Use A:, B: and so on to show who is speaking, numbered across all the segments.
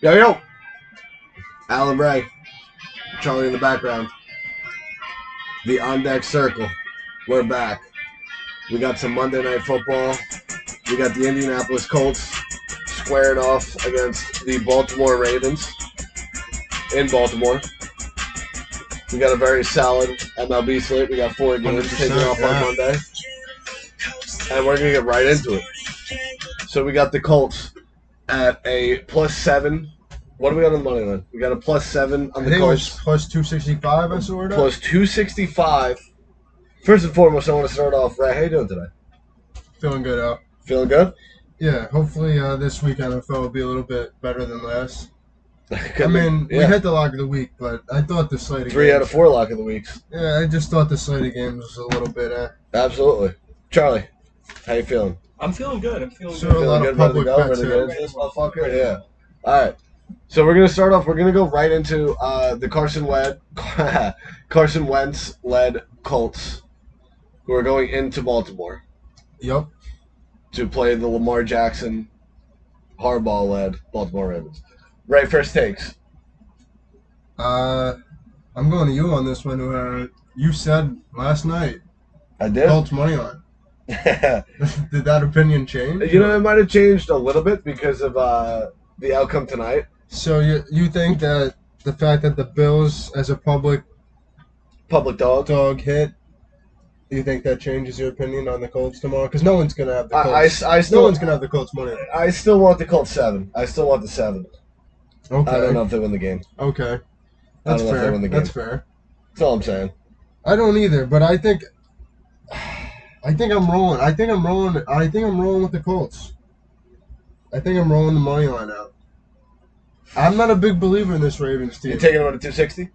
A: Yo, yo! Alan Ray. Charlie in the background. The on deck circle. We're back. We got some Monday Night Football. We got the Indianapolis Colts squared off against the Baltimore Ravens in Baltimore. We got a very solid MLB slate. We got four games taking
B: 100%,
A: off
B: yeah.
A: on Monday. And we're going to get right into it. So we got the Colts at a plus seven. What do we got on the money line? We got a plus seven
B: I
A: on the
B: think it was
A: Colts,
B: plus 265, I saw it. at.
A: plus 265. First and foremost, I want to start off, Ray, how you doing today?
B: Feeling good out.
A: Feeling good?
B: Yeah, hopefully uh, this week NFL will be a little bit better than last. I
A: Good.
B: mean, we
A: Yeah.
B: hit the lock of the week, but I thought the slate of
A: three
B: games,
A: out of four lock of the weeks.
B: Yeah, I just thought the slate of games was a little bit. Uh,
A: Absolutely. Charlie, how you feeling?
C: I'm feeling good. I'm feeling
B: Sure.
C: good.
B: a lot
A: feeling
B: of
A: good, ready to
B: public
A: go,
B: bets
A: ready to
B: here.
A: get into this motherfucker? Yeah. All right. So we're gonna start off. We're gonna go right into uh, the Carson led Carson Wentz led Colts, who are going into Baltimore
B: yep.
A: to play the Lamar Jackson Harbaugh led Baltimore Ravens. Right, first takes.
B: Uh, I'm going to you on this one. Uh, you said last night
A: I did.
B: Colts money line. Did that opinion change?
A: you know, it might have changed a little bit because of uh, the outcome tonight.
B: So you you think that the fact that the Bills as a public
A: Public dog.
B: dog hit, you think that changes your opinion on the Colts tomorrow? Because no one's gonna have the
A: I, I, I
B: Colts.
A: still
B: no one's gonna have the Colts money. line.
A: I still want the Colts seven. I still want the seven.
B: Okay.
A: I don't know if they win the game.
B: Okay.
A: I
B: That's
A: don't know if they
B: fair.
A: win the
B: That's
A: game.
B: fair.
A: That's all I'm saying.
B: I don't either, but I think I think I'm rolling. I think I'm rolling. I think I'm rolling with the Colts. I think I'm rolling the money line out. I'm not a big believer in this Ravens
A: You're
B: team.
A: taking them at two sixty.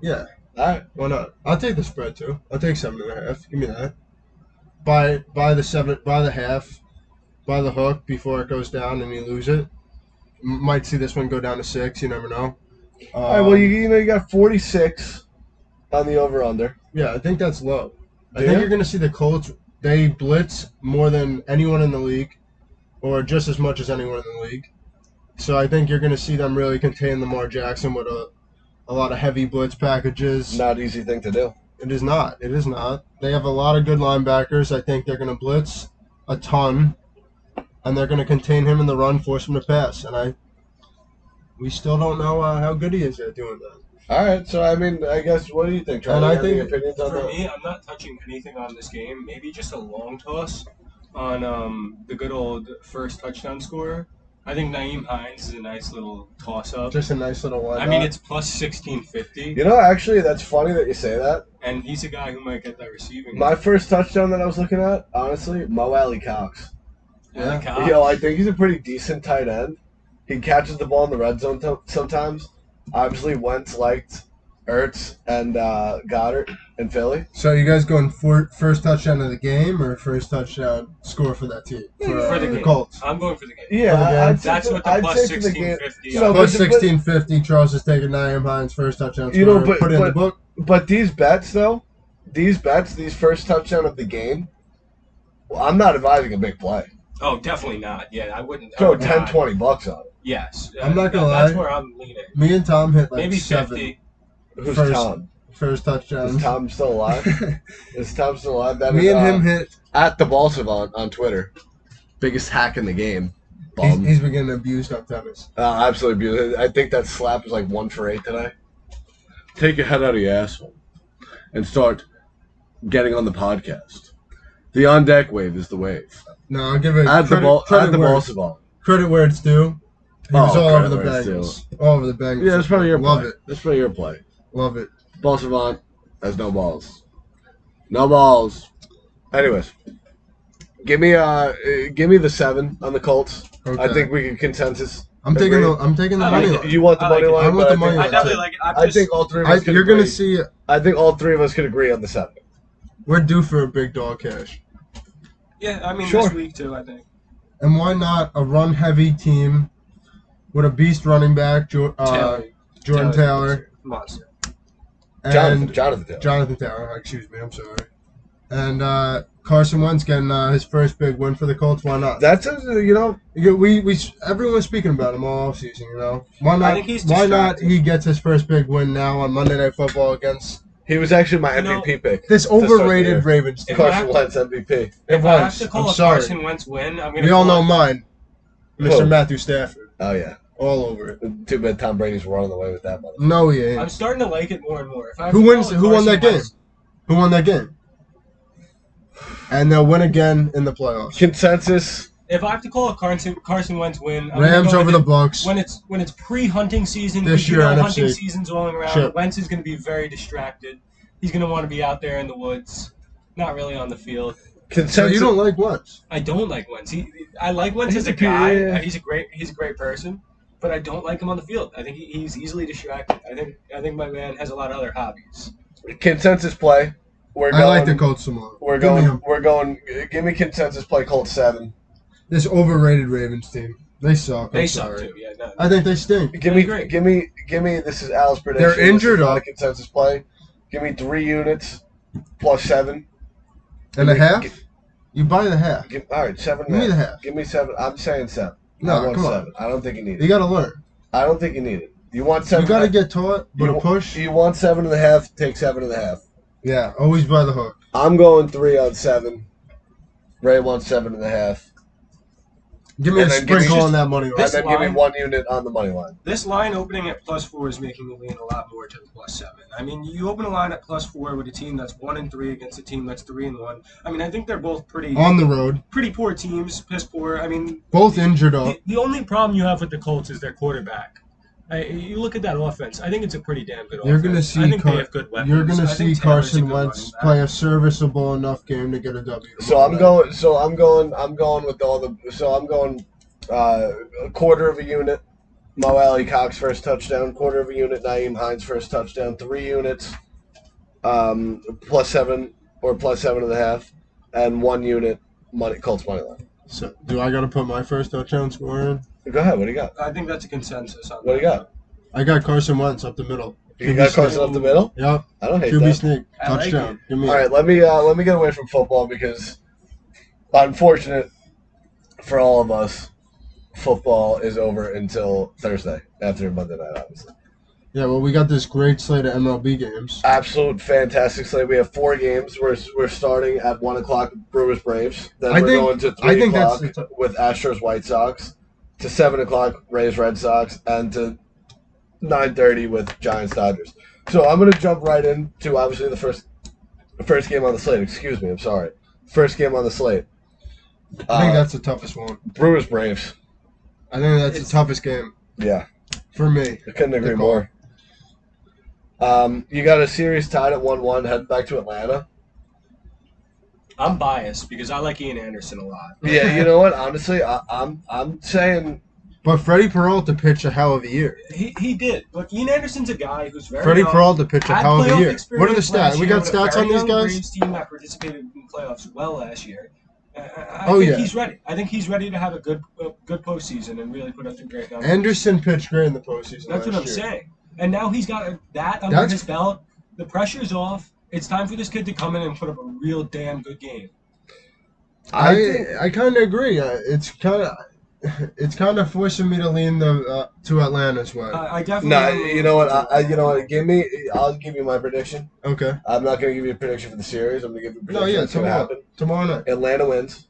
B: yeah,
A: All right.
B: why not? I'll take the spread too. I'll take seven and a half. Give me that. Buy buy the seven buy the half, buy the hook before it goes down and you lose it. M- might see this one go down to six. You never know. Um,
A: all right. Well, you you know you got forty six on the over under.
B: Yeah, I think that's low. I
A: Do
B: think
A: ya?
B: you're going to see the Colts. They blitz more than anyone in the league, or just as much as anyone in the league. So I think you're going to see them really contain Lamar Jackson with a, a lot of heavy blitz packages.
A: Not an easy thing to do.
B: It is not. It is not. They have a lot of good linebackers. I think they're going to blitz a ton, and they're going to contain him in the run, force him to pass. And I, we still don't know uh, how good he is at doing that.
A: All right. So I mean, I guess what do you think, Charlie?
B: And I
A: Any
B: think-
A: opinions on
C: For
A: that.
C: me, I'm not touching anything on this game. Maybe just a long toss on um, the good old first touchdown scorer. I think Naeem Hines is a nice little toss up.
B: Just a nice little one.
C: I mean, it's plus 1650,
A: You know, actually, that's funny that you say that.
C: and he's a guy who might get that receiving.
A: My first touchdown that I was looking at, honestly, Mo Alley Cox.
C: Yeah,
B: Yeah.
C: Cox.
A: Yo, I think he's a pretty decent tight end. He catches the ball in the red zone t- sometimes. Obviously, Wentz liked Ertz and uh, Goddard in Philly.
B: So you guys going for first touchdown of the game or first touchdown score for that team for,
C: for
B: uh,
C: the,
B: the
C: game.
B: Colts?
C: I'm going for the game.
A: Yeah,
B: For the game.
A: I'd say
C: That's
A: for-
C: what the
A: I'd
C: plus
A: say for the game.
C: 1650.
A: So-
C: are.
A: but-
B: Plus sixteen fifty. Charles is taking Naeem Hines first touchdown. Score.
A: You know, but-
B: put it in the
A: but-
B: book.
A: But these bets, though, these bets, these first touchdown of the game, well, I'm not advising a big play.
C: oh, definitely not. Yeah, I wouldn't. I
A: Throw
C: would
A: 10,
C: not.
A: 20 bucks on it.
C: Yes.
B: I'm not gonna
C: That's
B: lie.
C: where I'm leaning.
B: Me and Tom hit like
C: Maybe
B: seven
C: 50.
A: Who's
B: First-
A: Tom?
B: first
A: Is
B: touchdowns.
A: Tom still alive? Is Tom still alive? That
B: Me
A: is,
B: and
A: uh,
B: him hit.
A: at the ball savant on Twitter. Biggest hack in the game.
B: He's,
A: Bum.
B: he's been getting abused on tennis.
A: Uh, absolutely beautiful. I think that slap was like one for eight today. Take your head out of your asshole and start getting on the podcast. The on deck wave is the wave.
B: No, I'll give it
A: Add the
B: credit,
A: ball.
B: credit,
A: Add the
B: where,
A: ball savant.
B: credit where it's due. He
A: Oh,
B: was all over
A: credit
B: the
A: where it's
B: Bengals. All over the Bengals.
A: Yeah, that's probably your
B: Love
A: play.
B: it.
A: That's probably your play.
B: Love it.
A: Ball savant has no balls. No balls. Anyways, give me uh, uh, give me the seven on the Colts.
B: Okay.
A: I think we can consensus.
B: I'm taking the
A: agree.
B: I'm taking the
C: I
B: money
C: like it.
B: line.
A: You want the
C: I like
A: money
C: it.
A: line?
B: I want
A: but
B: the
A: think-
B: money
C: I
B: line.
C: definitely like it. I'm
A: I
C: just,
A: think all three of
B: I,
A: us. can
B: you're gonna
A: agree.
B: see.
A: I think all three of us could agree on the seven.
B: We're due for a big dog cash.
C: Yeah, I mean
A: Sure.
C: this week too. I think.
B: And why not a run heavy team with a beast running back, jo- uh, Jordan Taylor,
C: Monster.
B: and
A: Jonathan Taylor.
B: Jonathan Taylor. Excuse me, I'm sorry. And uh, Carson Wentz getting uh, his first big win for the Colts. Why not?
A: That's a, you know
B: You- we we everyone's speaking about him all offseason, you know. Why not?
C: think he's
B: why not?
C: distracted.
B: He gets his first big win now on Monday Night Football against
A: he was actually my
C: You know-
A: MVP pick.
B: this
A: start the year.
B: overrated Ravens team.
C: If I
A: Carson
C: have to-
A: Wentz MVP.
C: If I have
B: was.
C: to call
B: I'm
C: a
B: sorry.
C: Carson Wentz win, I'm gonna.
B: We all know
C: call
B: mine, Mr.
A: Who?
B: Matthew Stafford,
A: Oh yeah,
B: all over it.
A: too bad Tom Brady's running away with that money.
B: No, he
C: it. I'm
B: ain't.
C: starting to like it more and more. If I have
B: Who
C: to call
B: wins-
C: a
B: who won
C: Carson
B: that game?
C: Wentz-
B: Who won that game? And they'll win again in the playoffs.
A: Consensus.
C: If I have to call a Carson Carson Wentz win, I'm
B: Rams
C: gonna go
B: over
C: with
B: the
C: it.
B: Bucks.
C: When it's when it's pre-hunting season,
B: This
C: because you
B: year,
C: know
B: NFC.
C: hunting season's rolling around.
B: Sure.
C: Wentz is going to be very distracted. He's going to want to be out there in the woods, not really on the field.
B: So
A: Consensus.
B: you don't like Wentz?
C: I don't like Wentz. He, I like Wentz
A: He's
C: as a
A: a good-
C: guy. Uh,
A: yeah.
C: He's a great he's a great person, but I don't like him on the field. I think he, he's easily distracted. I think I think my man has a lot of other hobbies.
A: consensus play. We're
B: I
A: going,
B: like the Colts tomorrow.
A: We're
B: Give me
A: going.
B: them.
A: We're going. Give me consensus play. Colts seven.
B: This overrated Ravens team. They suck.
C: They
B: I'm
C: suck
B: sorry.
C: too. Yeah, no.
B: I think they stink.
A: Give me.
C: agree.
A: Give me. Give me. This is Al's prediction.
B: They're injured,
A: This is not a
B: though.
A: consensus play. Give me three units plus seven.
B: And a half?
A: Give-
B: You buy the half.
A: give- all right, seven.
B: Give me
A: and a
B: the
A: half.
B: half.
A: Give me seven. I'm saying seven. I
B: No,
A: want
B: come on.
A: seven. I don't think you need
B: You
A: it.
B: got to learn.
A: I don't think you need it. You want seven.
B: You got to
A: and a-
B: get taught, but
A: You-
B: a push.
A: You want seven and a half. Take seven and a half.
B: Yeah, always by the hook.
A: I'm going three on seven. Ray wants seven and a half.
B: Give me
A: And
B: a
A: then give me
B: sprinkle
A: just-
B: on that money line.
C: This
A: and then give
C: line-
A: me one unit on the money line.
C: This line opening at plus four is making me lean a lot more to the plus seven. I mean, you open a line at plus four with a team that's one and three against a team that's three and one. I mean, I think they're both pretty
B: On the road,
C: pretty poor teams, piss poor. I mean,
B: both injured up.
C: the, the only problem you have with the Colts is their quarterback. I, you look at that offense. I think it's a pretty damn good
B: You're
C: offense.
B: gonna see
C: I think
B: Car-
C: they have good weapons.
B: You're going
C: I
B: to see
C: think Taylor's a
B: Carson
C: good
B: Wentz
C: running
B: play a serviceable enough game to get a W.
A: So I'm going. So I'm going. I'm going with all the. So I'm going uh, a quarter of a unit. Mo Alley Cox first touchdown. Quarter of a unit. Naeem Hines first touchdown. Three units. Um, plus seven or plus seven and a half, and one unit. Money Colts money line.
B: So do I got to put my first touchdown score in?
A: Go ahead. What do you got?
C: back. I think that's a consensus. On
A: What do you got?
B: I got Carson Wentz up the middle.
A: You got Carson up the middle.
B: Yep,
A: I don't hate
B: QB
A: that.
B: sneak
C: I like
B: touchdown. Give me
A: All right, let me uh, let me get away from football because, unfortunate for all of us, football is over until Thursday after Monday night. Obviously,
B: Yeah, well, we got this great slate of MLB games.
A: absolute fantastic slate. We have four games. We're we're starting at one o'clock. Brewers Braves. Then
B: I
A: we're
B: think-
A: going to
B: I
A: three
B: think that's
A: o'clock with Astros White Sox. To seven o'clock Rays Red Sox, and to nine thirty with Giants Dodgers. So I'm gonna jump right into obviously the first first game on the slate. Excuse me, I'm sorry. First game on the slate.
B: I think
A: Uh,
B: that's the toughest one.
A: Brewers Braves.
B: I think that's the
C: it's-
B: toughest game
A: Yeah,
B: for me.
A: I couldn't agree
B: Good call.
A: more. Um, you got a series tied at one-one, heading back to Atlanta.
C: I'm biased because I like Ian Anderson a lot.
A: Yeah, you know what? Honestly, I, I'm I'm saying
B: But Freddie Peralta pitched a hell of a year.
C: He, he did, but Ian Anderson's a guy who's very.
B: Freddie
C: young.
B: Peralta pitched a
C: Had
B: hell of a
C: playoff
B: year. What are the
C: experience
B: stats?
C: last
B: We
C: year
B: got
C: with a
B: stats
C: very
B: on these
C: young
B: guys?
C: Braves team that participated in playoffs well last year. I, I I
B: Oh,
C: think
B: yeah.
C: he's ready. I think he's ready to have a good a good postseason and really put up some great numbers.
B: Anderson pitched great in the postseason.
C: That's what I'm
B: last year.
C: saying. And now he's got that under
B: That's-
C: his belt. The pressure's off. It's time for this kid to come in and put up a real damn good game.
A: I think,
B: I I kind of agree. Uh, It's kind of it's kind of forcing me to lean the uh, to Atlanta's way.
C: I, I definitely.
A: no. You know what? I, I you know what? Give me. I'll give you my prediction.
B: Okay,
A: I'm not going to give you a prediction for the series. I'm going to give you a
B: No,
A: prediction.
B: yeah,
A: that's gonna
B: tomorrow.
A: happen.
B: tomorrow night.
A: Atlanta wins.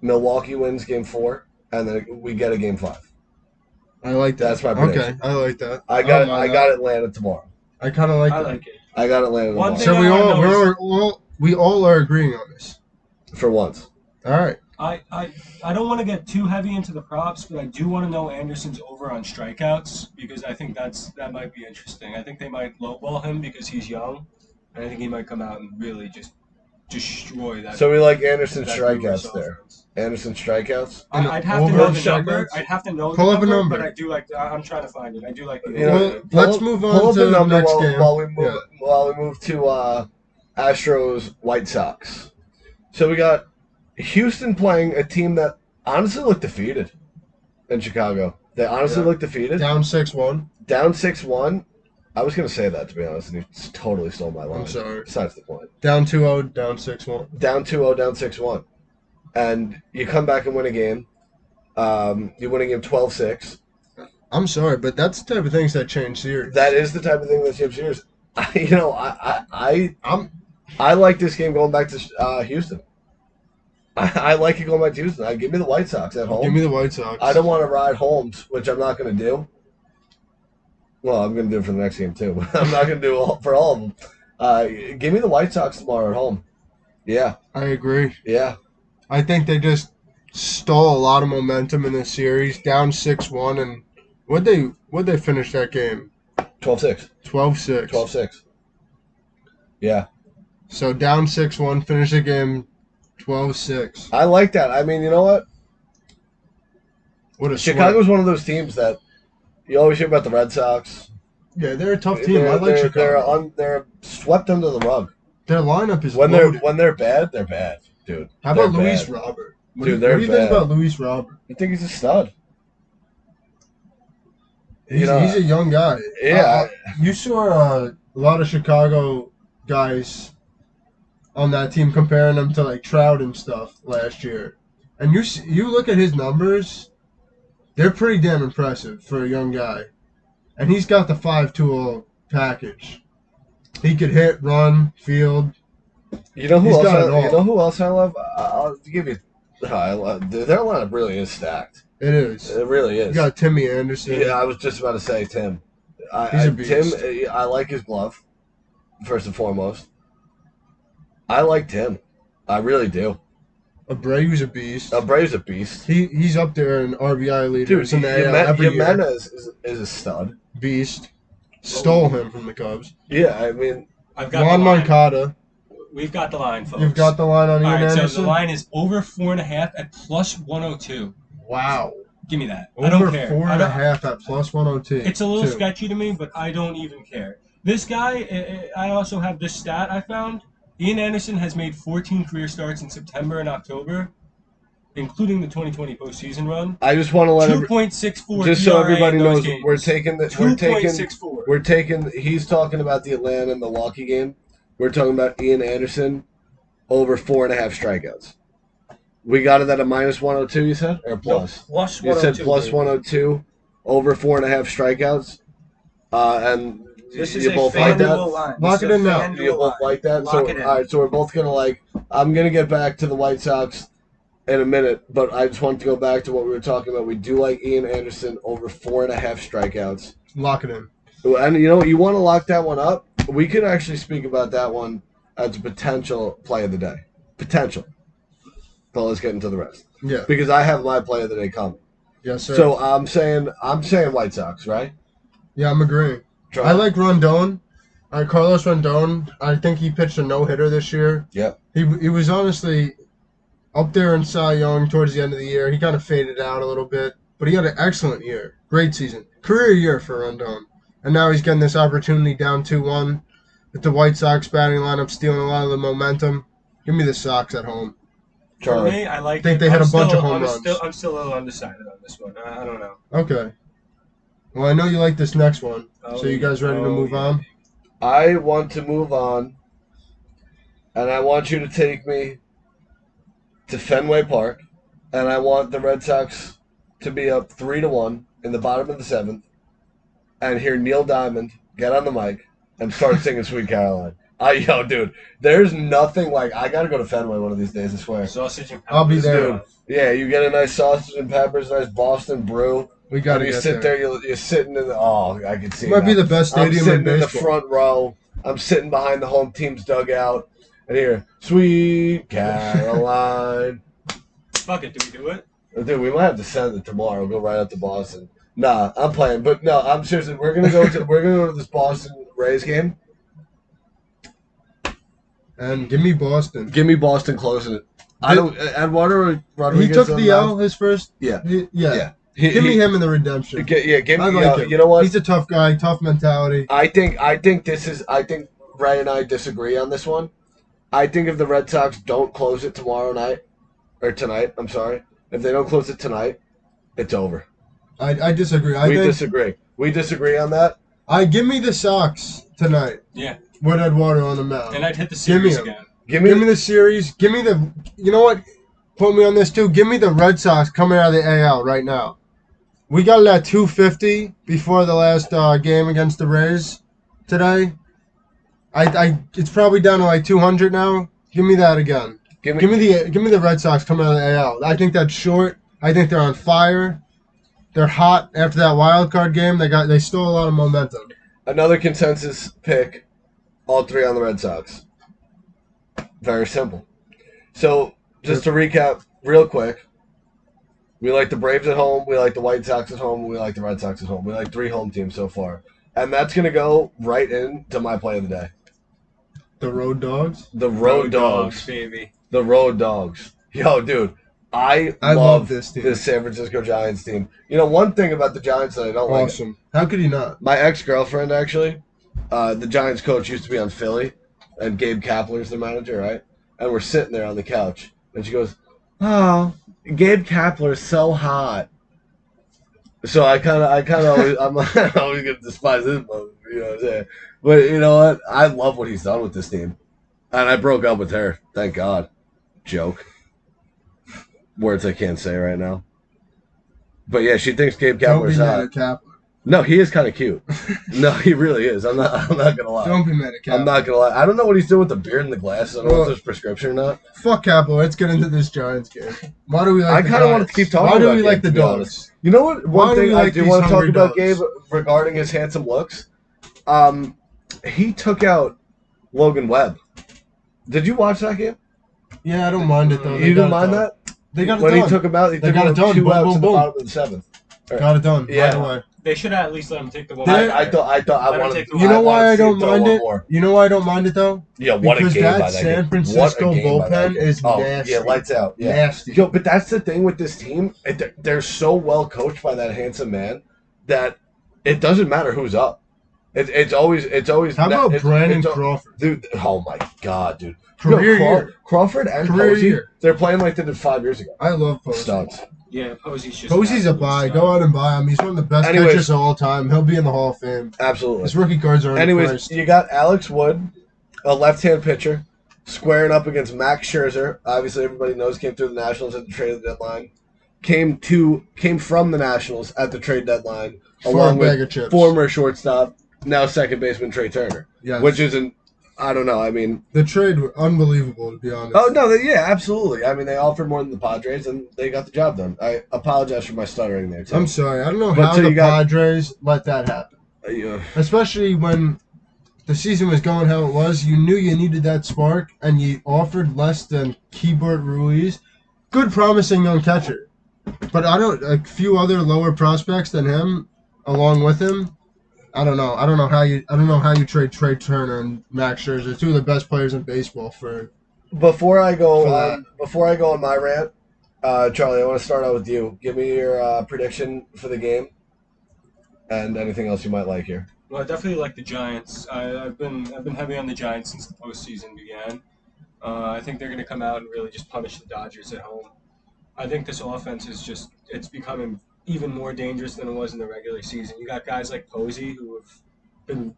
A: Milwaukee wins game four, and then we get a game five.
B: I like that.
A: That's my
B: okay.
A: prediction.
B: I like that.
A: I got
B: don't mind
A: I
B: that.
A: got Atlanta tomorrow.
B: I kind of like
C: Oh I
B: that.
C: like it.
A: I got Atlanta
C: One
A: tomorrow
C: thing-
B: so we
C: I wanna
B: all
C: know
B: we're all, we all are agreeing on this.
A: for once.
B: All right.
C: I, I, I don't want to get too heavy into the props, but I do want to know Anderson's over on strikeouts because I think that's that might be interesting. I think they might lowball him because he's young, and I think he might come out and really just destroy that.
A: So we like Anderson
C: that Brewers
A: strikeouts there.
C: offense.
A: Anderson strikeouts.
C: I, I'd have to
B: Over
C: know
B: on
C: the number.
B: strikeouts?
C: I'd have to know
B: Pull
C: the
B: up a
C: number, but
B: number.
C: I do like. I- I'm trying to find it. I do like. The
A: You know,
B: Well,
A: pull
B: let's
A: up-
B: move on
A: pull up
B: to the
A: number
B: next
A: while,
B: game.
A: while we move
B: Yeah.
A: while we move to uh, Astros White Sox. So we got Houston playing a team that honestly looked defeated in Chicago. They honestly
B: Yeah.
A: looked defeated.
B: Down six one.
A: down six one, I was gonna say that to be honest, and you s- totally stole my line.
B: I'm sorry.
A: Besides the point.
B: Down 2 0, down 6 1.
A: Down 2-0, down six one, and you come back and win a game. Um, you win a game 12-6.
B: I'm sorry, but that's the type of things that change series.
A: That is the type of thing that shapes years. you know, I, I, I
B: I'm
A: I like this game going back to uh, Houston. I, I like it going back to Houston. I, give me the White Sox at home.
B: give me the White Sox.
A: I don't want to ride Holmes, which I'm not going to do. Well, I'm going to do it for the next game too. but I'm not going to do all for all of them. Uh, give me the White Sox tomorrow at home. Yeah,
B: I agree.
A: yeah.
B: I think they just stole a lot of momentum in this series, down 6 1, and would they would they finish that game?
A: 12-6.
B: 12 6.
A: 12-6. Yeah,
B: So down 6 1, finish the game 12 6.
A: I like that. I mean, you know what?
B: What a
A: Chicago's one of those teams that you always hear about the Red Sox.
B: sweat. Yeah, they're a tough team.
A: They're,
B: I like
A: they're, they're,
B: Chicago.
A: un, they're swept under the rug.
B: Their lineup is
A: when they're
B: loaded.
A: when they're bad, they're bad, dude.
B: How about
A: they're
B: Luis
A: bad.
B: Robert?
A: Dude,
B: What do you,
A: they're
B: what do you think
A: bad.
B: about Luis Robert?
A: I think he's a stud. You
B: He's,
A: know,
B: he's a young guy.
A: Yeah,
B: Uh, you saw uh, a lot of Chicago guys on that team comparing him to like Trout and stuff last year, and you s- you look at his numbers, they're pretty damn impressive for a young guy, and he's got the five tool package. He could hit, run, field.
A: you know who
B: he's
A: else?
B: got
A: I,
B: it all.
A: you know who else I love? I- I'll give you. uh, I love, dude, their lineup really is stacked.
B: It is.
A: It really
B: You
A: is.
B: got Timmy Anderson.
A: yeah, I was just about to say Tim. I,
B: He's a
A: I-
B: beast.
A: Tim, uh, I like his glove, first and foremost. I like Tim. I really do.
B: Abreu's a beast.
A: Abreu's a beast.
B: He he's up there in RBI
A: Dude,
B: leaders in the AL every year.
A: Jimenez is, is a stud.
B: Beast stole him from the Cubs.
A: Yeah, I mean,
C: I've got
B: Juan
C: the line.
B: Moncada.
C: We've got the line, folks.
B: You've got the line on
C: All
B: Ian
C: right, so
B: Anderson.
C: the line is over four and a half at plus 102.
B: Wow.
C: Give me that. I
B: Over
C: don't care.
B: four
C: I
B: and a
C: don't-
B: half at plus 102.
C: It's a little
B: Two.
C: sketchy to me, but I don't even care. This guy, I- I I also have this stat I found. Ian Anderson has made 14 career starts in September and October, including the 2020 postseason run.
A: I just want to let every,
C: 2.64.
A: just so
C: ERA
A: everybody
C: E in those
A: knows,
C: games.
A: we're taking the we're taking
C: 2.64.
A: we're taking. He's talking about the Atlanta and Milwaukee game. We're talking about Ian Anderson over four and a half strikeouts. We got it at a minus one hundred two. You said or plus?
C: No, plus
D: oh
A: you said
C: 102.
A: plus one oh hundred two over four and a half strikeouts, uh, and
D: This
A: you,
D: is
A: you
D: a
A: both like that.
D: FanDuel line.
B: Lock
D: This
B: it
D: is
B: in
D: a
B: now.
D: FanDuel
A: You both
D: line.
A: like that.
D: Lock
A: So
D: it in.
A: all right, so we're both gonna like. I'm gonna get back to the White Sox in a minute, but I just wanted to go back to what we were talking about. We do like Ian Anderson over four and a half strikeouts.
B: Lock it in.
A: Well, And you know, you want to lock that one up. We could actually speak about that one as a potential play of the day. Potential. But let's get into the rest
B: Yeah.
A: because I have my play of the day coming.
B: Yes, sir.
A: So I'm saying, I'm saying White Sox, right?
B: yeah, I'm agreeing.
A: Try.
B: I like Rondon. Uh, Carlos Rondon. I think he pitched a no hitter this year.
A: Yep.
B: He he was honestly up there in Cy Young towards the end of the year. He kind of faded out a little bit, but he had an excellent year. Great season, career year for Rondon. And now he's getting this opportunity down two one, with the White Sox batting lineup stealing a lot of the momentum. Give me the Sox at home.
C: For
A: Charlie.
C: me, I like.
B: I think
C: it.
B: they had
C: I'm
B: a bunch
C: still-
B: of home
C: I'm
B: runs.
C: Still, I'm still a little undecided on this one. I, I don't know.
B: Okay. Well, I know you like this next one,
C: Oh,
B: so you guys ready to
C: oh,
B: move
C: yeah.
B: on?
A: I want to move on, and I want you to take me to Fenway Park, and I want the Red Sox to be up three to one in the bottom of the seventh, and hear Neil Diamond get on the mic and start singing "Sweet Caroline." I yo, dude, there's nothing like I gotta go to Fenway one of these days. I swear.
C: Sausage and
B: I'll be
C: peppers,
B: there.
C: dude.
A: Yeah, you get a nice sausage and peppers, nice Boston brew.
B: We
A: And
B: got to
A: you
B: get
A: sit
B: there.
A: there. you're, you're sitting in the oh, I can see.
B: It might
A: now.
B: be the best
A: I'm
B: stadium
A: sitting
B: in
A: in, the
B: baseball.
A: front row. I'm sitting behind the home team's dugout, and here, sweet Caroline.
C: Fuck it. Do we do it?
A: Dude, we might have to send it tomorrow. Go right up to Boston. Nah, I'm playing, but no, I'm seriously. We're gonna go to we're gonna go to this Boston Rays game.
B: And give me Boston.
A: Give me Boston closing it. I
B: Did-
A: don't. Eduardo
B: he
A: Rodriguez.
B: took
A: on
B: the L his first.
A: Yeah.
B: he- yeah.
A: Yeah. He,
B: Give me
A: he-
B: him in the redemption.
A: g- yeah, give me.
B: I like
A: uh,
B: him.
A: you know what?
B: He's a tough guy, tough mentality.
A: I think I think this is I think Ray and I disagree on this one. I think if the Red Sox don't close it tomorrow night or tonight, I'm sorry, if they don't close it tonight, it's over.
B: I, I disagree. I
A: we
B: think
A: disagree. We disagree on that.
B: I give me the Sox tonight.
C: Yeah.
B: With Eduardo on the mound.
C: And I'd hit the
B: Give me
C: series
B: him.
C: again.
A: Give me,
B: Give me the series. Give me the. You know what? Put me on this too. Give me the Red Sox coming out of the AL right now. We got it at 250 before the last uh, game against the Rays today. I, I it's probably down to like 200 now. Give me that again.
A: give me,
B: Give me the give me the Red Sox coming out of the AL. I think that's short. I think they're on fire. They're hot after that wild card game. They got they stole a lot of momentum.
A: another consensus pick, all three on the Red Sox. Very simple. So, just to recap real quick, we like the Braves at home, we like the White Sox at home, we like the Red Sox at home. We like three home teams so far. And that's going to go right into my play of the day.
B: The road dogs.
A: The Road, dogs.
C: baby.
A: The Road Dogs. Yo, dude, I,
B: I love
A: love,
B: this team.
A: this San Francisco Giants team. You know, one thing about the Giants that I don't like
B: awesome. How could you not?
A: My ex girlfriend, actually, uh, the Giants coach used to be on Philly, and Gabe Kapler's the manager, right? And we're sitting there on the couch, and she goes, "Oh, Gabe Kapler's so hot." So I kind of, I kind of, always, I'm always gonna despise this, mother- you know what I'm saying? But you know what? I love what he's done with this team, and I broke up with her. Thank God. Joke. Words I can't say right now. But yeah, she thinks Gabe
B: Don't be
A: Kapler's
B: mad
A: hot.
B: at Kapler.
A: No, he is kind of cute. no, he really is. I'm not. I'm not gonna lie.
B: Don't be mad at Kapler.
A: I'm not gonna lie. I don't know what he's doing with the beard and the glasses. I don't know if
B: Well-
A: there's prescription or not.
B: Fuck Kapler. Let's get into this Giants game. Why do we like?
A: I
B: the
A: kind of want to keep
B: Giants?
A: talking.
B: Why do
A: about
B: we like
A: Gabe,
B: the
A: to be
B: dogs?
A: honest. You know what? One
B: Why do
A: thing
B: we
A: I
B: like
A: do
B: these
A: want to talk
B: hungry
A: about Gabe
B: dogs?
A: regarding his handsome looks. Um, he took out Logan Webb. Did you watch that game?
B: Yeah, I don't mind it though. They
A: you didn't
B: got it
A: mind
B: done.
A: that
B: They got it
A: when
B: done.
A: he took him out. He
B: They
A: took
B: got
A: him
B: it done.
A: Two
B: Boom,
A: outs
B: boom,
A: at the
B: boom.
A: bottom of the seventh.
B: got it done.
A: Yeah.
B: Right away.
C: They should at least let him take the one.
A: I,
B: They-
A: I thought. I thought. I
C: Let him
A: wanted.
C: take the
B: You know
A: I
B: why
A: wanted
B: I
A: to see him
B: don't
A: throw
B: mind
A: one
B: it?
A: more.
B: You know why I don't mind it though?
A: Yeah, what
B: Because
A: a game
B: that
A: by that
B: San
A: game. What a game
B: Francisco
A: by that
B: bullpen
A: game.
B: is
A: oh,
B: nasty.
A: Yeah, lights out. Yeah.
B: Nasty.
A: Yo, but that's the thing with this team. It- They're, they're so well coached by that handsome man that it doesn't matter who's up. It, it's always it's always
B: How about
A: it's,
B: Brandon
A: it's-
B: Crawford?
A: Dude, oh my god, dude! Yo,
B: Career
A: Craw-
B: year.
A: Crawford and
B: Career
A: Posey,
B: year.
A: they're playing like they did five years ago.
B: I love Posey.
A: Stunts.
C: Yeah, Posey's just.
B: Posey's a
C: absolute
B: buy.
C: stud.
B: Go out and buy him. He's one of the best
A: Anyways.
B: pitchers of all time. He'll be in the Hall of Fame.
A: Absolutely.
B: His rookie cards are
A: Anyways,
B: priced.
A: you got Alex Wood, a left-hand pitcher, squaring up against Max Scherzer. Obviously, everybody knows came through the Nationals at the trade deadline. Came to came from the Nationals at the trade deadline,
B: For a
A: along
B: bag
A: with
B: of chips.
A: former shortstop, now second baseman Trey Turner,
B: Yes.
A: which isn't. I don't know. I mean,
B: the trade were unbelievable to be honest.
A: oh no, they, yeah, absolutely. I mean, they offered more than the Padres, and they got the job done. I apologize for my stuttering there. Tim.
B: I'm sorry. I don't know
A: But
B: how
A: so
B: the
A: you got-
B: Padres let that happen.
A: Uh, yeah.
B: Especially when the season was going how it was. You knew you needed that spark, and you offered less than Keybert Ruiz. Good, promising young catcher. But I don't. A few other lower prospects than him, along with him. I don't know. I don't know how you. I don't know how you trade Trey Turner and Max Scherzer, two of the best players in baseball, for
A: Before I go,
B: For that.
A: on, before I go on my rant, uh, Charlie, I want to start out with you. Give me your uh, prediction for the game, and anything else you might like here.
C: Well, I definitely like the Giants. I, I've been I've been heavy on the Giants since the postseason began. Uh, I think they're going to come out and really just punish the Dodgers at home. I think this offense is just it's becoming even more dangerous than it was in the regular season. You got guys like Posey who have been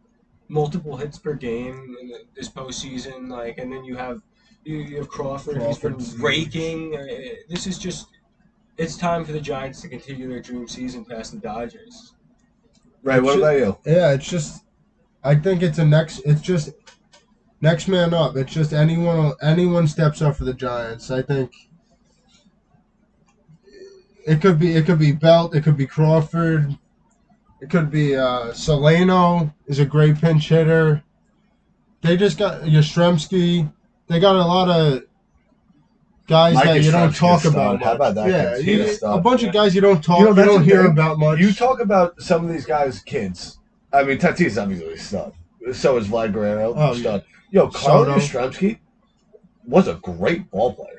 C: multiple hits per game in the, this postseason, like, and then you have you, you have Crawford, who's
B: Crawford's
C: been raking. Uh, This is just it's time for the Giants to continue their dream season past the Dodgers.
A: Right. What
B: Should-
A: about you?
B: Yeah, it's just. I think it's a next. It's just next man up. It's just anyone. Anyone steps up for the Giants. I think it could be. It could be Belt. It could be Crawford. It could be uh, Solano is a great pinch hitter. They just got Yastrzemski. They got a lot of guys
A: Mike
B: that you don't
A: Yastrzemski
B: talk
A: is
B: about.
A: stud. How
B: much.
A: about that
B: Yeah,
A: kid? He
B: you-
A: is stud.
B: a bunch
C: Yeah.
B: of guys you don't talk.
A: You know,
B: You,
A: that's
B: don't
A: the
B: hear
A: thing.
B: about much.
A: You talk about some of these guys' kids. I mean, Tatis is obviously stud. So is Vlad Guerrero.
B: Oh,
A: stud. Yo, Carl
B: Soto.
A: Yastrzemski was a great ball player.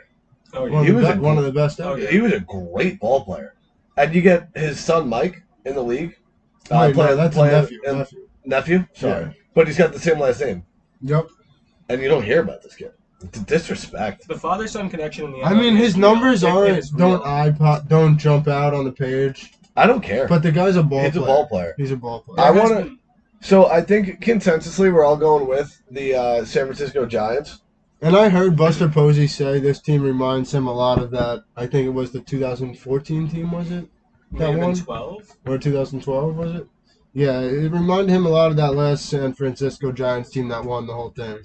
C: Oh yeah.
B: one,
A: He
B: of
A: was
B: the
A: a
B: be- one of the best ever.
C: Oh, yeah.
A: He was a great ball player, and you get his son Mike in the league. Uh,
B: Wait, no,
A: playing-
B: that's
A: playing
B: a nephew.
A: in-
B: nephew.
A: nephew. Sorry,
B: Yeah.
A: but he's got the same last name.
B: Yep.
A: and you don't hear about this kid. D- disrespect.
C: The father son connection in the
B: I
C: NFL
B: mean, his
C: is real.
B: numbers
C: It- it
B: aren't
C: is real.
B: don't uh, eye pop, don't jump out on the page,
A: I don't care.
B: but the guy's a ball
A: he's
B: player.
A: a ball player.
B: He's a ball player.
A: I
C: There has
A: wanna-
C: been-
A: So I think consensusly we're all going with the uh, San Francisco Giants.
B: And I heard Buster Posey say this team reminds him a lot of that. I think it was the 2014 team, was it? That
C: Maybe
B: one?
C: 12?
B: Or 2012, was it? Yeah, it reminded him a lot of that last San Francisco Giants team that won the whole thing.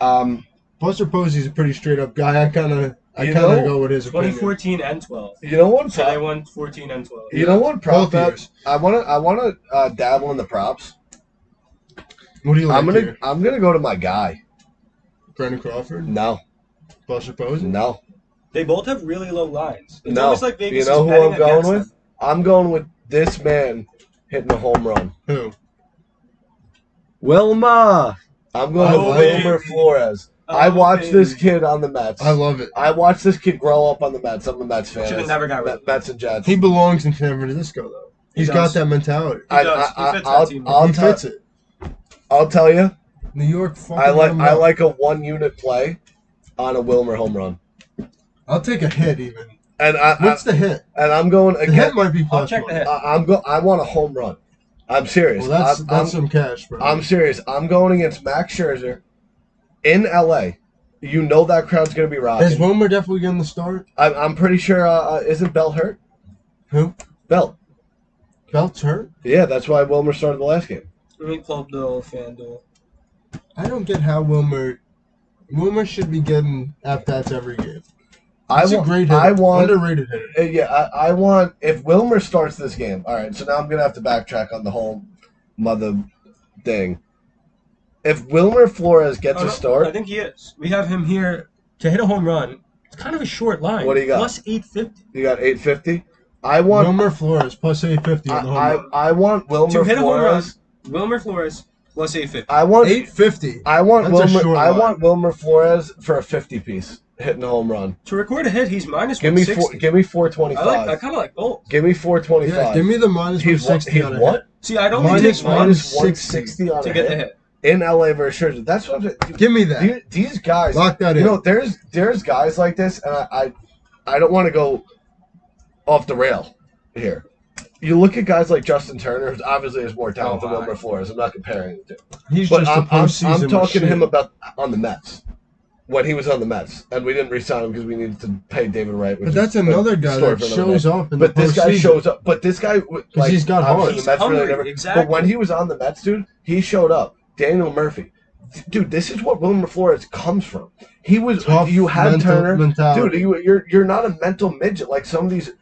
A: Um,
B: Buster Posey's a pretty straight up guy. I kind of, I
A: You
B: kind of
A: know,
B: go with his opinion.
C: 2014 and 12.
A: you know what?
C: So they
A: Prop,
C: won 14 and 12.
A: you know what? Prop
B: Both
A: bet,
B: years.
A: I want to. I want to uh, dabble in the props.
B: What do you like
A: I'm gonna.
B: here?
A: I'm gonna go to my guy.
B: Brandon Crawford,
A: No,
B: Buster Posey.
A: no.
C: They both have really low lines. It's
A: No.
C: almost like Vegas
A: You know
C: is
A: who
C: betting
A: I'm going
C: against
A: with?
C: them.
A: I'm going with this man hitting a home run.
B: Who?
A: Wilma. I'm going
B: Oh,
A: with Wilmer
C: baby.
A: Flores. I
C: Oh,
A: watched this
C: baby.
A: kid on the Mets.
B: I love it.
A: I watched this kid grow up on the Mets. I'm a Mets fan.
C: Should've never got rid of him.
A: Mets and Jets.
B: He belongs in San Francisco though.
C: He
B: He's got
C: does.
B: that mentality.
A: I,
C: does. He
A: I,
C: fits that
A: I,
C: team.
A: will I'll,
B: he
A: tell-
B: fits it.
A: I'll tell you,
B: New York. Fucking
A: I like
B: him
A: I
B: up.
A: like a one unit play on a Wilmer home run,
B: I'll take a hit even.
A: and I, I
B: What's the hit?
A: and I'm going
B: The hit
A: again.
B: might be plus
C: check the
B: one.
C: hit.
A: I, I'm go. I want a home run. I'm serious.
B: Well, that's
A: I'm,
B: that's
A: I'm,
B: some cash, bro.
A: I'm serious. I'm going against Max Scherzer in L.A. You know that crowd's gonna be
B: Is
A: rocking.
B: Wilmer definitely getting the start?
A: I'm, I'm pretty sure. Uh, uh, isn't Bell hurt?
B: Who?
A: Bell.
B: Belt's hurt?
A: Yeah, that's why Wilmer started the last game.
C: Let me pull up the old FanDuel.
B: I don't get how Wilmer. Wilmer should be getting at bats every game.
A: I
B: He's a
A: wa-
B: great hitter.
A: I want.
B: underrated hitter.
A: Uh, Yeah, I, I want if Wilmer starts this game. All right, so now I'm gonna have to backtrack on the whole mother thing. If Wilmer Flores gets
C: Oh,
A: a
C: no, I
A: start,
C: think he is. We have him here to hit a home run. It's kind of a short line.
A: What do you got?
C: Plus 850.
A: you got 850. I want
B: Wilmer Flores plus eight fifty
A: I,
B: on the home
A: I,
B: run.
A: I want Wilmer
C: To hit a home run,
A: Flores.
C: Wilmer Flores plus 850.
A: I want
B: Eight fifty.
A: I want
B: That's a
A: Wilmer
B: short
A: I
B: line.
A: want Wilmer Flores for a 50 piece hitting a home run.
C: To record a hit, he's minus
A: Give me four,
C: 160.
A: give me
C: I
A: 425.
C: like. I kind of like both.
A: give me 425.
B: Yeah, give me the minus one
A: he's what?
B: sixty
A: He's
B: on it.
A: what?
C: See, I'd only
B: Minus
C: take
B: one
C: one
A: Minus
B: 160
A: 160 on
C: to
A: a
C: get the
A: hit.
C: hit.
A: in LA versus Scherzer. That's what I'm saying.
B: Give me that.
A: Dude, These guys,
B: Lock that
A: you
B: in.
A: know, there's there's guys like this, and I I, I don't want to go off the rail here. You look at guys like Justin Turner, who's obviously is more talented than
C: Oh, my.
A: Wilmer Flores. I'm not comparing the two,
B: He's
A: but
B: just
A: I'm,
B: a
A: I'm,
B: postseason
A: I'm talking to
B: machine.
A: him about on the Mets when he was on the Mets, and we didn't re-sign him because we needed to pay David Wright. which
B: But that's
A: is a
B: another guy
A: story
B: that
A: for another
B: shows
A: day.
B: up in
A: But
B: the
A: this guy
B: postseason.
A: shows up. But this guy, like,
B: he's got
A: obviously
B: heart.
A: the
C: He's
A: Mets really
C: hungry,
A: never-
C: exactly.
A: But when he was on the Mets, dude, he showed up. Daniel Murphy, D- dude, this is what Wilmer Flores comes from. He was.
B: Tough
A: you had
B: mental-
A: Turner,
B: mentality.
A: dude. You, you're you're not a mental midget like some of these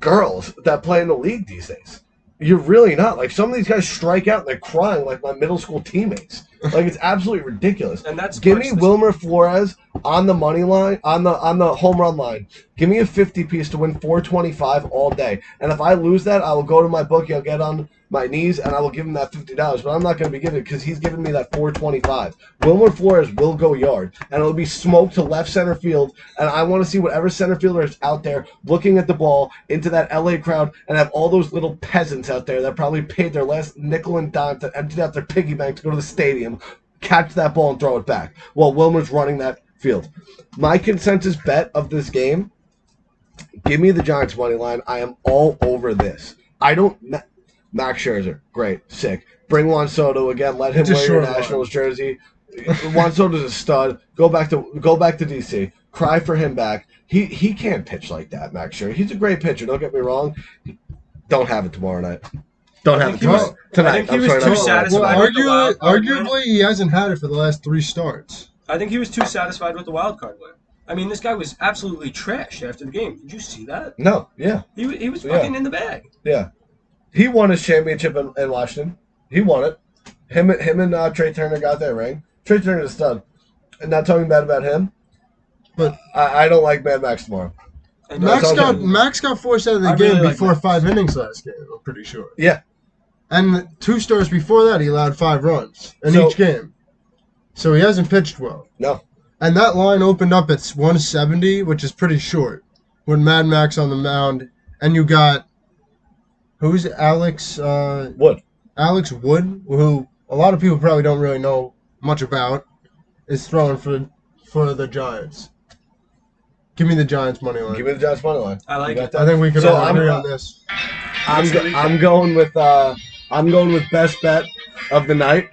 A: girls that play in the league these days. You're really not. Like some of these guys strike out and they're crying like my middle school teammates. Like it's absolutely ridiculous.
C: And that's
A: Give
C: parts
A: me
C: of the-
A: Wilmer Flores on the money line, on the on the home run line. Give me a fifty piece to win four twenty five all day. And if I lose that, I will go to my bookie. I'll get on my knees and I will give him that fifty dollars. But I'm not going to be giving it because he's giving me that four twenty five. Wilmer Flores will go yard, and it'll be smoked to left center field. And I want to see whatever center fielder is out there looking at the ball into that LA crowd, and have all those little peasants out there that probably paid their last nickel and dime to empty out their piggy bank to go to the stadium catch that ball and throw it back while Wilmer's running that field. My consensus bet of this game give me the Giants money line. I am all over this. I don't. Ma- Max Scherzer, great, sick. Bring Juan Soto again. Let him
B: It's a
A: wear your
B: short line.
A: Nationals jersey. Juan Soto's a stud. Go back to go back to DC. Cry for him back. He he can't pitch like that, Max Scherzer. He's a great pitcher. Don't get me wrong. Don't have it tomorrow night. Don't
C: I
A: have it
C: think he
A: tomorrow.
C: was-
A: tonight.
C: I think he
A: I'm
C: was
A: sorry,
C: too
A: not tomorrow.
C: satisfied.
B: Well,
C: with the
B: arguably,
C: wild card win.
B: arguably, he hasn't had it for the last three starts.
C: I think he was too satisfied with the wild card win. I mean, this guy was absolutely trash after the game. Did you see that?
A: No, yeah.
C: He, wa- he was
A: Yeah.
C: fucking in the bag.
A: Yeah, he won his championship in, in Washington. He won it. Him, and- him and uh, Trey Turner got that ring. Trey Turner's a stud. And not talking bad about him,
B: But-
A: I, I don't like Mad Max tomorrow.
C: And
D: uh,
B: Max
A: all
C: that's-
B: got
A: good.
B: Max got forced out of the
C: I
B: game
C: really like
B: before
C: Max.
B: five innings last game. I'm pretty sure.
A: Yeah.
B: And two starts before that, he allowed five runs in
A: So-
B: each game. So he hasn't pitched well.
A: No.
B: And that line opened up at 170, which is pretty short, with Mad Max on the mound, and you got who's Alex uh,
A: Wood.
B: Alex Wood, who a lot of people probably don't really know much about, is throwing for for the Giants. Give me the Giants money line.
A: Give me the Giants money line.
C: I like
A: You got
C: it.
A: that?
B: I think we could
A: So
B: all
A: I'm-
B: agree on this.
A: I'm, go- I'm going with uh, I'm going with best bet of the night.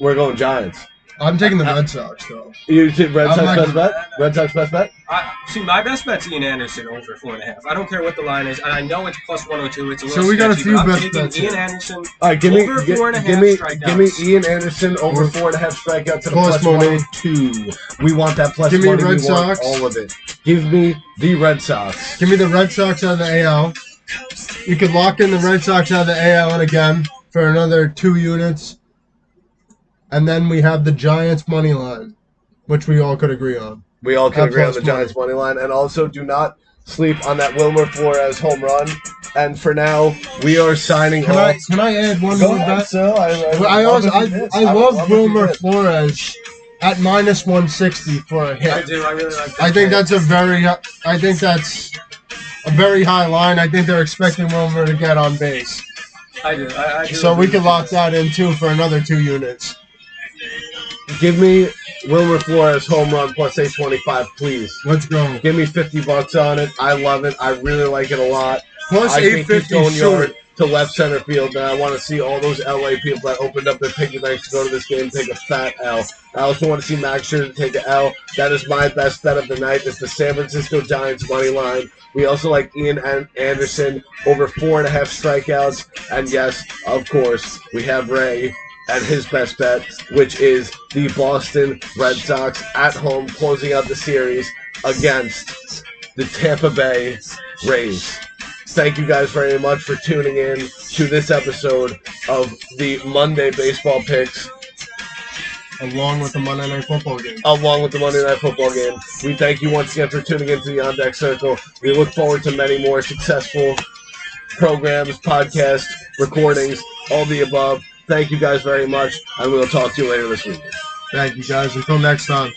A: We're going Giants.
B: I'm taking the Red Sox though.
A: You see Red
B: I'm
A: Sox
B: not-
A: best bet? Red Sox best bet?
D: I, see, my best bet's Ian Anderson over four and a half. I don't care what the line is, and I know it's plus 102. It's a
B: So
D: little
B: we got a
D: sketchy,
B: few
D: but
B: best
D: I'm taking
B: bets
D: Ian
B: here.
D: Anderson.
A: All right, give me
D: Over
A: gi-
D: four and a half
A: give me
D: strikeouts.
A: give me Ian Anderson over
B: Over-
A: four and a half strikeouts and a
B: Plus
A: plus
B: money.
A: money two. We want that plus
B: Give me
A: money.
B: Red
A: we want
B: Sox.
A: all of it. Give me the Red Sox.
B: Give me the Red Sox out of the AL. You could lock in the Red Sox out of the AL and again for another two units. And then we have the Giants money line, which we all could agree on.
A: We all can
B: That
A: agree on
B: plus
A: the Giants money line, and also do not sleep on that Wilmer Flores home run. And for now, we are signing
B: Can
A: off.
B: I can I add one
A: Go
B: more
A: ahead,
B: bet?
A: Sil. I,
B: Well, I
A: love
B: also,
A: what you
B: I,
A: did.
B: I
A: would
B: love
A: love what you
B: Wilmer
A: did.
B: Flores at minus 160 for a
D: I
B: hit.
D: do. I really like that.
B: I think that's a very I think that's a very high line. I think they're expecting Wilmer to get on base.
D: I do. I, I do
B: So
D: agree
B: we could
D: with
B: lock
D: you.
B: that in too for another two units.
A: Give me Wilmer Flores home run plus eight twenty five, please.
B: Let's go.
A: Give me fifty bucks on it. I love it. I really like it a lot.
B: Plus
A: I think he's
B: 850
A: going
B: short.
A: yard to left center field, and I want to see all those LA people that opened up their piggy banks to go to this game take a fat L. I also want to see Max Scherzer take an L. That is my best bet of the night. It's the San Francisco Giants money line. We also like Ian An- Anderson over four and a half strikeouts, and yes, of course, we have Ray. And his best bet, which is the Boston Red Sox at home, closing out the series against the Tampa Bay Rays thank you guys very much for tuning in to this episode of the Monday Baseball Picks,
B: Along with the Monday Night Football game.
A: along with the Monday Night Football game. We thank you once again for tuning into the On Deck Circle. We look forward to many more successful programs, podcasts, recordings, all the above. Thank you guys very much, and we'll talk to you later this week.
B: Thank you guys. Until next time.